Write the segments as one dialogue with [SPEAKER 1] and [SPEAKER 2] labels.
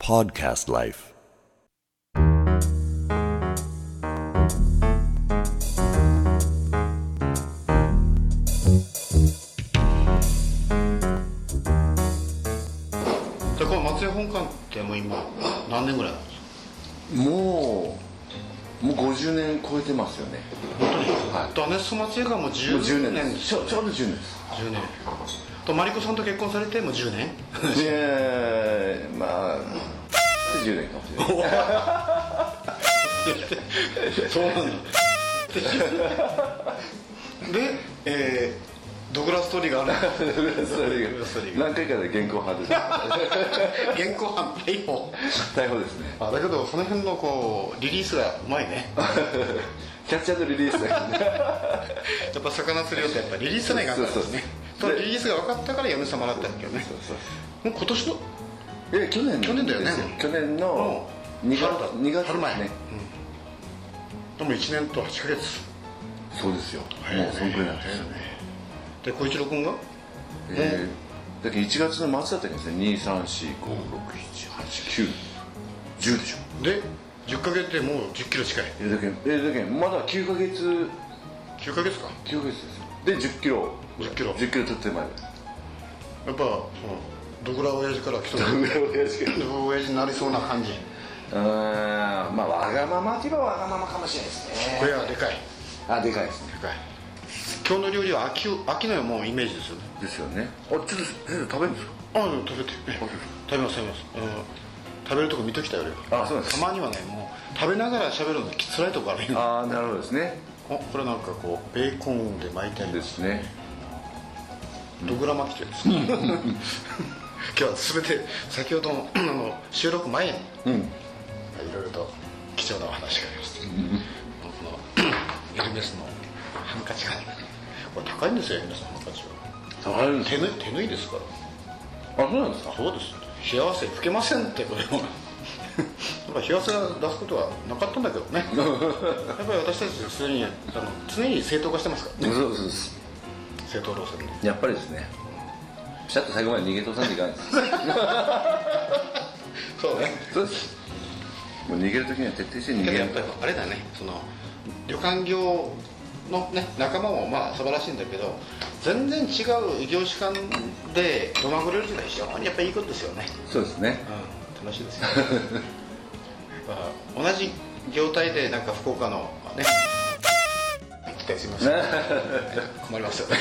[SPEAKER 1] Podcast Life
[SPEAKER 2] でこの松江本館ってもう今何年ぐらいなんですか
[SPEAKER 3] もうもう50年超えてますよね
[SPEAKER 2] 本当に、
[SPEAKER 3] は
[SPEAKER 2] ダ
[SPEAKER 3] い
[SPEAKER 2] ネス松江がもう
[SPEAKER 3] もう10
[SPEAKER 2] 10
[SPEAKER 3] 年
[SPEAKER 2] 年
[SPEAKER 3] で
[SPEAKER 2] ですす
[SPEAKER 3] ちょちょうど10年で
[SPEAKER 2] 10年とマリコさんと結婚されてもう10年
[SPEAKER 3] すいやーまあ10年かもしれない
[SPEAKER 2] そう なんだで、えー、ドグラストーリー がある
[SPEAKER 3] それが何回かで現行犯です
[SPEAKER 2] 現行犯逮捕
[SPEAKER 3] 逮捕ですね
[SPEAKER 2] あだけどその辺のこうリリースがうまいね
[SPEAKER 3] キャッチャーのリリースだけどね
[SPEAKER 2] やっぱ魚釣りをってやっぱリリースがいかんからで
[SPEAKER 3] そう
[SPEAKER 2] す
[SPEAKER 3] そう
[SPEAKER 2] ねそのリリースが分かったから嫁さんもらったんだけどね
[SPEAKER 3] そう
[SPEAKER 2] もう今年の
[SPEAKER 3] そういや去年
[SPEAKER 2] 去年だよね
[SPEAKER 3] です去年の
[SPEAKER 2] うん
[SPEAKER 3] 2月
[SPEAKER 2] 春だ
[SPEAKER 3] 2月
[SPEAKER 2] 春前
[SPEAKER 3] ね
[SPEAKER 2] でも1年と8ヶ月
[SPEAKER 3] そうですよもうそんくらいなんですよ
[SPEAKER 2] ねで小一郎君が
[SPEAKER 3] えーだけど1月の末だったんですね2 3 4 5 6 7 8 9 10でしょ
[SPEAKER 2] で10ヶ月でもう1 0キロ近い
[SPEAKER 3] えーだけどえーだけどまだ9ヶ月
[SPEAKER 2] 9ヶ月か
[SPEAKER 3] 9ヶ月ですよで1 0キロ
[SPEAKER 2] 10キロ
[SPEAKER 3] 10キロ取って前
[SPEAKER 2] やっぱそのドグラ親父から来たドグ
[SPEAKER 3] で親父が
[SPEAKER 2] ラ親父になりそうな感じ
[SPEAKER 3] うーんまあわがままって言えばわがままかもしれないですね
[SPEAKER 2] これはでかい
[SPEAKER 3] あでかいですね
[SPEAKER 2] でかい今日の料理は秋秋のもうイメージですよね
[SPEAKER 3] ですよねあちょっと先生食べるんですか
[SPEAKER 2] ああ食べてえ食べます食べますうん食べるとこ見ときたよ俺は
[SPEAKER 3] あそうなんです
[SPEAKER 2] たまにはねもう食べながら喋るのつらいとこあるよ
[SPEAKER 3] ああなるほどですね
[SPEAKER 2] おこれなんかこうベーコンで巻いてあり
[SPEAKER 3] で
[SPEAKER 2] ます
[SPEAKER 3] すね
[SPEAKER 2] ドグラ巻きというですね今日はすべて先ほどのあの収録前に、いろいろと貴重なお話がありまして、このエルメスのハンカチがこれ高いんですよエルメスのハンカチは
[SPEAKER 3] 高いんです
[SPEAKER 2] 手
[SPEAKER 3] か
[SPEAKER 2] 縫い手縫いですから
[SPEAKER 3] あそうなんですか
[SPEAKER 2] そうです幸せ吹けませんってこれもやっぱ幸せが出すことはなかったんだけど ねやっぱり私たちは常にあの常に正当化してますからね
[SPEAKER 3] そうです
[SPEAKER 2] 正当路線で
[SPEAKER 3] やっぱりですねピシャッと最後まで逃げ通さんといかないです
[SPEAKER 2] そうね
[SPEAKER 3] そうですもう逃げる時には徹底して
[SPEAKER 2] け
[SPEAKER 3] 逃げ
[SPEAKER 2] ど
[SPEAKER 3] る
[SPEAKER 2] やっぱりあれだねその旅館業の、ね、仲間もまあ素晴らしいんだけど全然違う異業種間でどまぐれるっていうのは非常にやっぱいいことですよね、
[SPEAKER 3] そうですね
[SPEAKER 2] うん、楽しいですよね まあ同じ業態でなんか福岡のね行きたいすみません 困ります よね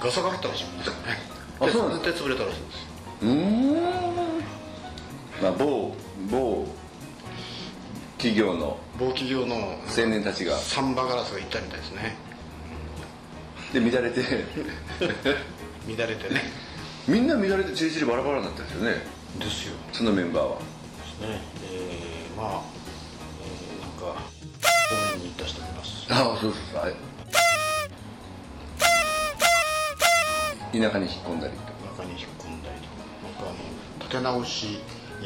[SPEAKER 2] ガサが入ったらしいもんね
[SPEAKER 3] あそうなん
[SPEAKER 2] で潰れたらしいんです
[SPEAKER 3] うーんまあ某某企業の
[SPEAKER 2] 某企業の
[SPEAKER 3] 青年たちが
[SPEAKER 2] サンバガラスが行ったみたいですね
[SPEAKER 3] で乱れて
[SPEAKER 2] 乱れてね
[SPEAKER 3] みんな乱れてちりちりバラバラになったんですよね
[SPEAKER 2] ですよ
[SPEAKER 3] そのメンバーは
[SPEAKER 2] ねえー、まあ、えー、なんか応援に行った人もいます
[SPEAKER 3] ああそうそうそうはい田舎に引っ込んだりとか
[SPEAKER 2] 中に引っ込んだりとかなんかあの立て直し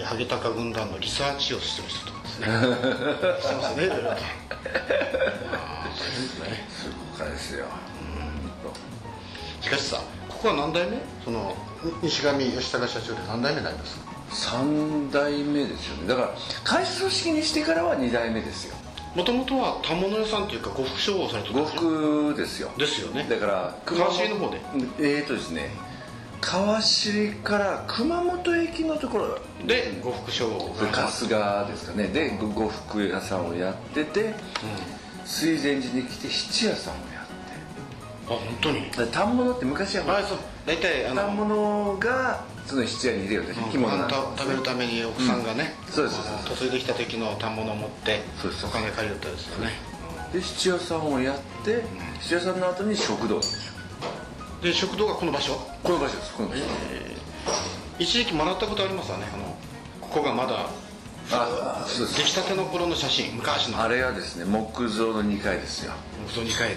[SPEAKER 2] ハゲタカ軍団のリサーチをしてる人とかですねしてますねいろいろとまあ大変ですね
[SPEAKER 3] すごかですよ
[SPEAKER 2] しかしさここは何代目そのに西上吉高社長で何代目になりますか
[SPEAKER 3] 3代目ですよねだから会社組織にしてからは2代目ですよ
[SPEAKER 2] もともとは反物屋さんというか呉服商法をされてるん
[SPEAKER 3] 呉
[SPEAKER 2] ですよ
[SPEAKER 3] 服です
[SPEAKER 2] です
[SPEAKER 3] よ
[SPEAKER 2] よね
[SPEAKER 3] だから
[SPEAKER 2] 川尻の方で
[SPEAKER 3] えっ、ー、とですね川尻から熊本駅のところ
[SPEAKER 2] で呉服商法
[SPEAKER 3] 春日ですかねでご呉服屋さんをやってて、水前寺に来て質屋さんをやっ
[SPEAKER 2] あ本当に
[SPEAKER 3] てだから反物って昔はほら
[SPEAKER 2] あそう大体あの
[SPEAKER 3] 反物がその質屋に入れるんです着物なんで
[SPEAKER 2] た食べるために奥さんがね、
[SPEAKER 3] うんそうですそうです
[SPEAKER 2] 嫁いできた時の反物を持って
[SPEAKER 3] そうです
[SPEAKER 2] お金借りよったですよね
[SPEAKER 3] すで質屋さんをやって質屋さんの後に食堂なんですよ
[SPEAKER 2] で食堂がこの場所
[SPEAKER 3] この場所ですこの場所
[SPEAKER 2] 一時期もらったことありますわねあのここがまだ
[SPEAKER 3] あそうで
[SPEAKER 2] 出
[SPEAKER 3] す
[SPEAKER 2] 来たての頃の写真昔の
[SPEAKER 3] あれはですね木造の2階ですよ
[SPEAKER 2] 木造2階ね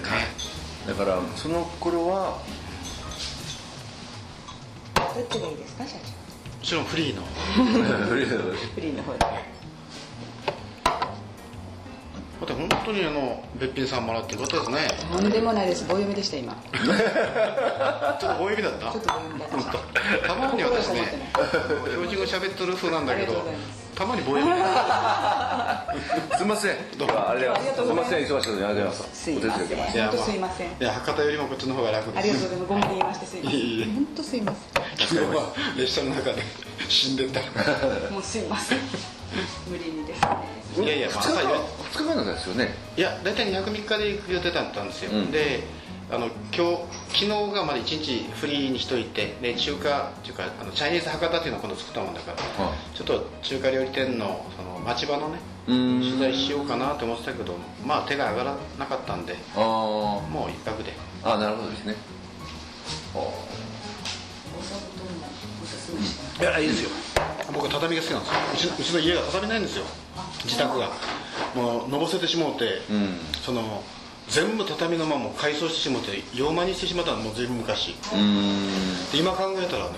[SPEAKER 3] だからその頃は
[SPEAKER 4] どっちがいいですか社
[SPEAKER 2] も
[SPEAKER 4] 長
[SPEAKER 2] ちろんフリーの
[SPEAKER 3] 古いの
[SPEAKER 4] フリーの方で
[SPEAKER 2] だって本当にあのべっぴんさんもらってよかったですね
[SPEAKER 4] とんでもないです棒読みでした今
[SPEAKER 2] ちょっと大指だった
[SPEAKER 4] ちょっと棒読みだったあ
[SPEAKER 2] たまに私ね標準語喋ってる風なんだけ
[SPEAKER 4] あ
[SPEAKER 2] ど
[SPEAKER 4] りがとうございます
[SPEAKER 2] たまに棒読み になる
[SPEAKER 3] すいませんどうもありがとうございますすいません忙しいのにありがとうございます
[SPEAKER 4] すいません
[SPEAKER 3] お手伝いし
[SPEAKER 2] いや
[SPEAKER 4] 本当すいません
[SPEAKER 2] いや博多よりもこっちの方が楽です
[SPEAKER 4] りがとうございますごめん言いましてすいませ
[SPEAKER 2] いえいえ
[SPEAKER 4] ん本当すいま
[SPEAKER 2] 昨日は列車の中で死んでた
[SPEAKER 4] せんもうすいません無理にですね
[SPEAKER 2] いやいやまあ
[SPEAKER 3] 2日
[SPEAKER 2] 朝よ
[SPEAKER 3] 間二日間なんですよね
[SPEAKER 2] いや大体203日で行く予定だったんですよ、
[SPEAKER 3] ん
[SPEAKER 2] であの今日昨日がまで1日フリーにしといてで中華っていうかあのチャイニーズ博多っていうのを今度作ったもんだから、
[SPEAKER 3] は
[SPEAKER 2] ちょっと中華料理店のその町場のね
[SPEAKER 3] うー
[SPEAKER 2] 取
[SPEAKER 3] ん
[SPEAKER 2] 材しようかなと思ってたけどまあ手が上がらなかったんで
[SPEAKER 3] あ
[SPEAKER 2] もう一泊で
[SPEAKER 3] ああなるほどですね
[SPEAKER 4] お座布団もおすすめし
[SPEAKER 2] いやいいですよ僕は畳が好きなんですようちうちの家が畳ないんですよ自宅がもうのぼせてしもうて、
[SPEAKER 3] うん
[SPEAKER 2] その全部畳のまま改装してしもうて洋間にしてしまったのもう随分昔
[SPEAKER 3] うーん
[SPEAKER 2] で今考えたらね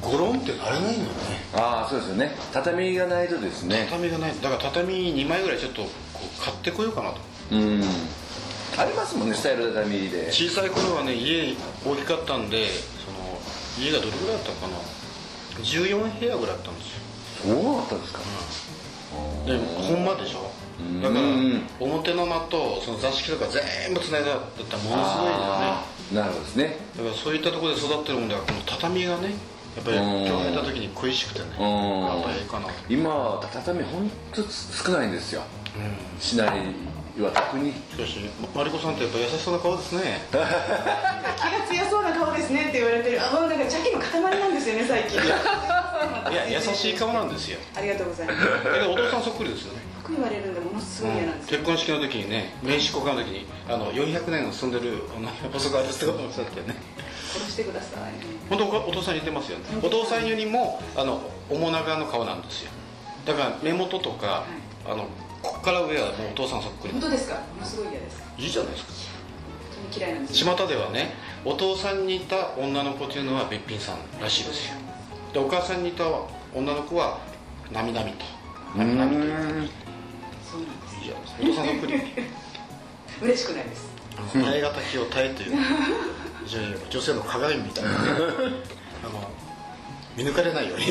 [SPEAKER 2] ゴロンってなれないのよね
[SPEAKER 3] ああそうですよね畳がないとですね
[SPEAKER 2] 畳がないだから畳2枚ぐらいちょっとこう買ってこようかなと
[SPEAKER 3] うんありますもんねスタイル畳で
[SPEAKER 2] 小さい頃はね家大きかったんでその家がどれぐらいだったのかな14部屋ぐらいあったんですよ
[SPEAKER 3] そうだったんですか
[SPEAKER 2] で本間でしょ
[SPEAKER 3] ん
[SPEAKER 2] だから表の間とその座敷とか全部つないだったらものすごいですよね
[SPEAKER 3] ああなるほどですね
[SPEAKER 2] だからそういったところで育ってるもんだからこの畳がねやっぱり
[SPEAKER 3] うん
[SPEAKER 2] 今日入った時に恋しくてね
[SPEAKER 3] うん
[SPEAKER 2] やっぱりいいかな
[SPEAKER 3] 今は畳ほんと少ないんですよ
[SPEAKER 2] うん
[SPEAKER 3] 市内は特に
[SPEAKER 2] しかしまマリコさんってやっぱ優しそうな顔です ね
[SPEAKER 4] た気が強そうな顔ですねって言われてるあもうなんか邪気の塊なんですよね最近
[SPEAKER 2] いや優しい顔なんです よ
[SPEAKER 4] ありがとうございますよ
[SPEAKER 2] だけどお父さんそっくりですよね
[SPEAKER 4] く言われるんでものすごい嫌なんですよ
[SPEAKER 2] 結婚式の時にね名刺交換の時にあの400年住んでるあの細川ですとかおっしゃってね
[SPEAKER 4] 殺してください
[SPEAKER 2] 本当おお父さんに似てますよねお父さんよりもあの面長の顔なんですよだから目元とか、あのここから上はもうお父さんそっくり
[SPEAKER 4] 本当ですかものすごい嫌です
[SPEAKER 2] いいじゃないですか
[SPEAKER 4] 本当に嫌いなんですよ
[SPEAKER 2] 巷ではねお父さんに似た女の子というのはべっぴんさんらしいですよでお母さんに似た女の子はなみなみとなみなみという
[SPEAKER 4] そうなんです
[SPEAKER 2] いいじゃないですかお父さんそっ くり
[SPEAKER 4] 嬉しくないです
[SPEAKER 2] 耐え難きを耐えという非常に女性の鏡みたいな、ね、あの見抜かれないように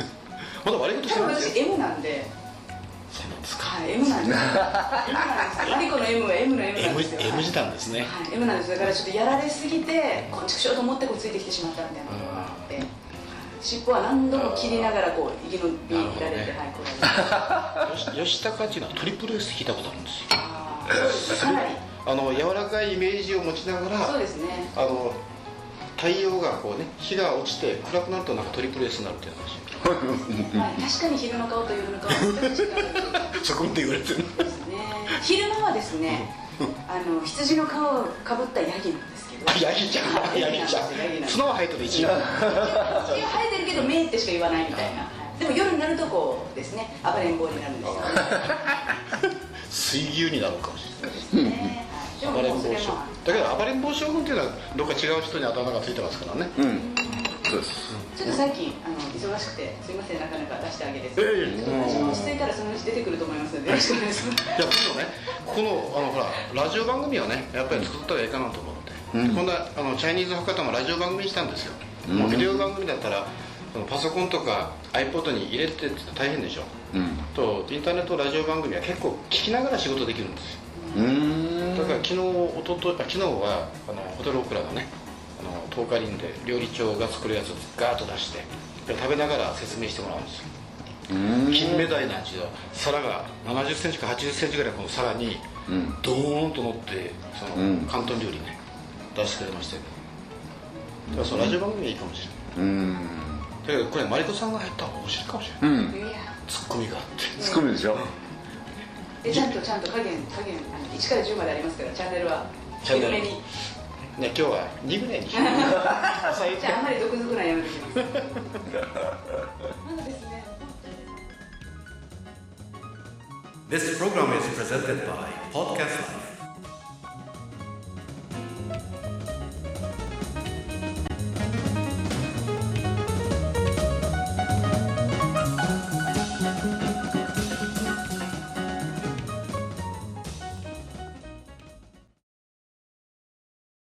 [SPEAKER 2] まだ悪いことし
[SPEAKER 4] 多
[SPEAKER 2] て
[SPEAKER 4] 分
[SPEAKER 2] ないんですよ
[SPEAKER 4] 私 M なんで
[SPEAKER 2] そうなんですか
[SPEAKER 4] はい M なんです M なんですマリコの M は M の M なん
[SPEAKER 2] M,
[SPEAKER 4] ですよ
[SPEAKER 2] M 字なんですね、
[SPEAKER 4] はい M なんですだからちょっとやられすぎてこう畜生と思ってこうついてきてしまったみたいなことがあって尻尾は何度も切りながらこう生き延びられて
[SPEAKER 2] な
[SPEAKER 4] はいこうやって
[SPEAKER 2] よし吉高っていうのはトリプル S 聞いたことあるんですよ
[SPEAKER 4] あーかなり
[SPEAKER 2] あの柔らかいイメージを持ちながら
[SPEAKER 4] そうですね
[SPEAKER 2] あの太陽がこうね日が落ちて暗くなるとなんかトリプル S になるっていう話
[SPEAKER 4] はい確かに昼の顔と夜の顔は全く違う
[SPEAKER 2] そこまで言われてる
[SPEAKER 4] ですね昼間はですねあの羊の皮をかぶったヤギなんですけど
[SPEAKER 2] ヤギちゃんヤギちゃ
[SPEAKER 4] ヤギなんで
[SPEAKER 2] ん
[SPEAKER 4] す
[SPEAKER 2] 角は生えてる一番
[SPEAKER 4] いや生えてるけど目ってしか言わないみたいなでも夜になるとこうですね暴れん坊になるんですよ
[SPEAKER 2] 水牛になるかもしれない
[SPEAKER 4] ねはいで
[SPEAKER 2] 暴
[SPEAKER 4] も
[SPEAKER 2] れ
[SPEAKER 4] も
[SPEAKER 2] ん
[SPEAKER 4] うそれ
[SPEAKER 2] 坊
[SPEAKER 4] も
[SPEAKER 2] 将軍だけど暴れん坊将軍っていうのはどっか違う人にあだ名がついてますからね
[SPEAKER 3] うんそうです
[SPEAKER 4] ちょっと最近あの忙しくてすいませんなかなか出してあげれず
[SPEAKER 2] いやいやいや
[SPEAKER 4] ちょっと私も落ち着いたらそのうち出てくると思いますのでよろしくお願いします
[SPEAKER 2] いや今度ねここのあのほらラジオ番組をねやっぱり作ったらいいかなと思って、こんなあのチャイニーズ博多もラジオ番組にしたんですよ、もうビデオ番組だったらそのパソコンとか iPod に入れてって大変でしょ
[SPEAKER 3] うん
[SPEAKER 2] とインターネットラジオ番組は結構聞きながら仕事できるんですよ
[SPEAKER 3] うーん
[SPEAKER 2] だから昨日おとといあ昨日はあのホテルオクラのねあの東華林で料理長が作るやつをガーッと出してで食べながら説明してもらうんですよ
[SPEAKER 3] うん
[SPEAKER 2] 金目鯛なんですよ皿が7 0センチか8 0センチぐらいこの皿に
[SPEAKER 3] うん
[SPEAKER 2] ドーンと乗ってその、
[SPEAKER 3] うん
[SPEAKER 2] 広東料理ね出してくれましたよだからそのラジオ番組がいいかもしれな
[SPEAKER 3] うん
[SPEAKER 2] いだけどこれマリコさんが入った方が面白いかもしれない、
[SPEAKER 3] うん
[SPEAKER 4] いや
[SPEAKER 2] ツッコミがあって
[SPEAKER 3] ツッコミでしょ
[SPEAKER 4] でちゃんとちゃんと加減加減あの1から10までありますからチャンネルは
[SPEAKER 2] チャンネ
[SPEAKER 4] 広
[SPEAKER 2] ル
[SPEAKER 4] めに
[SPEAKER 2] ね今日は2ぐらいにしよう最低
[SPEAKER 4] じゃああんまり毒づくのはやめてきます まだですね
[SPEAKER 1] This program is presented by Podcast Life.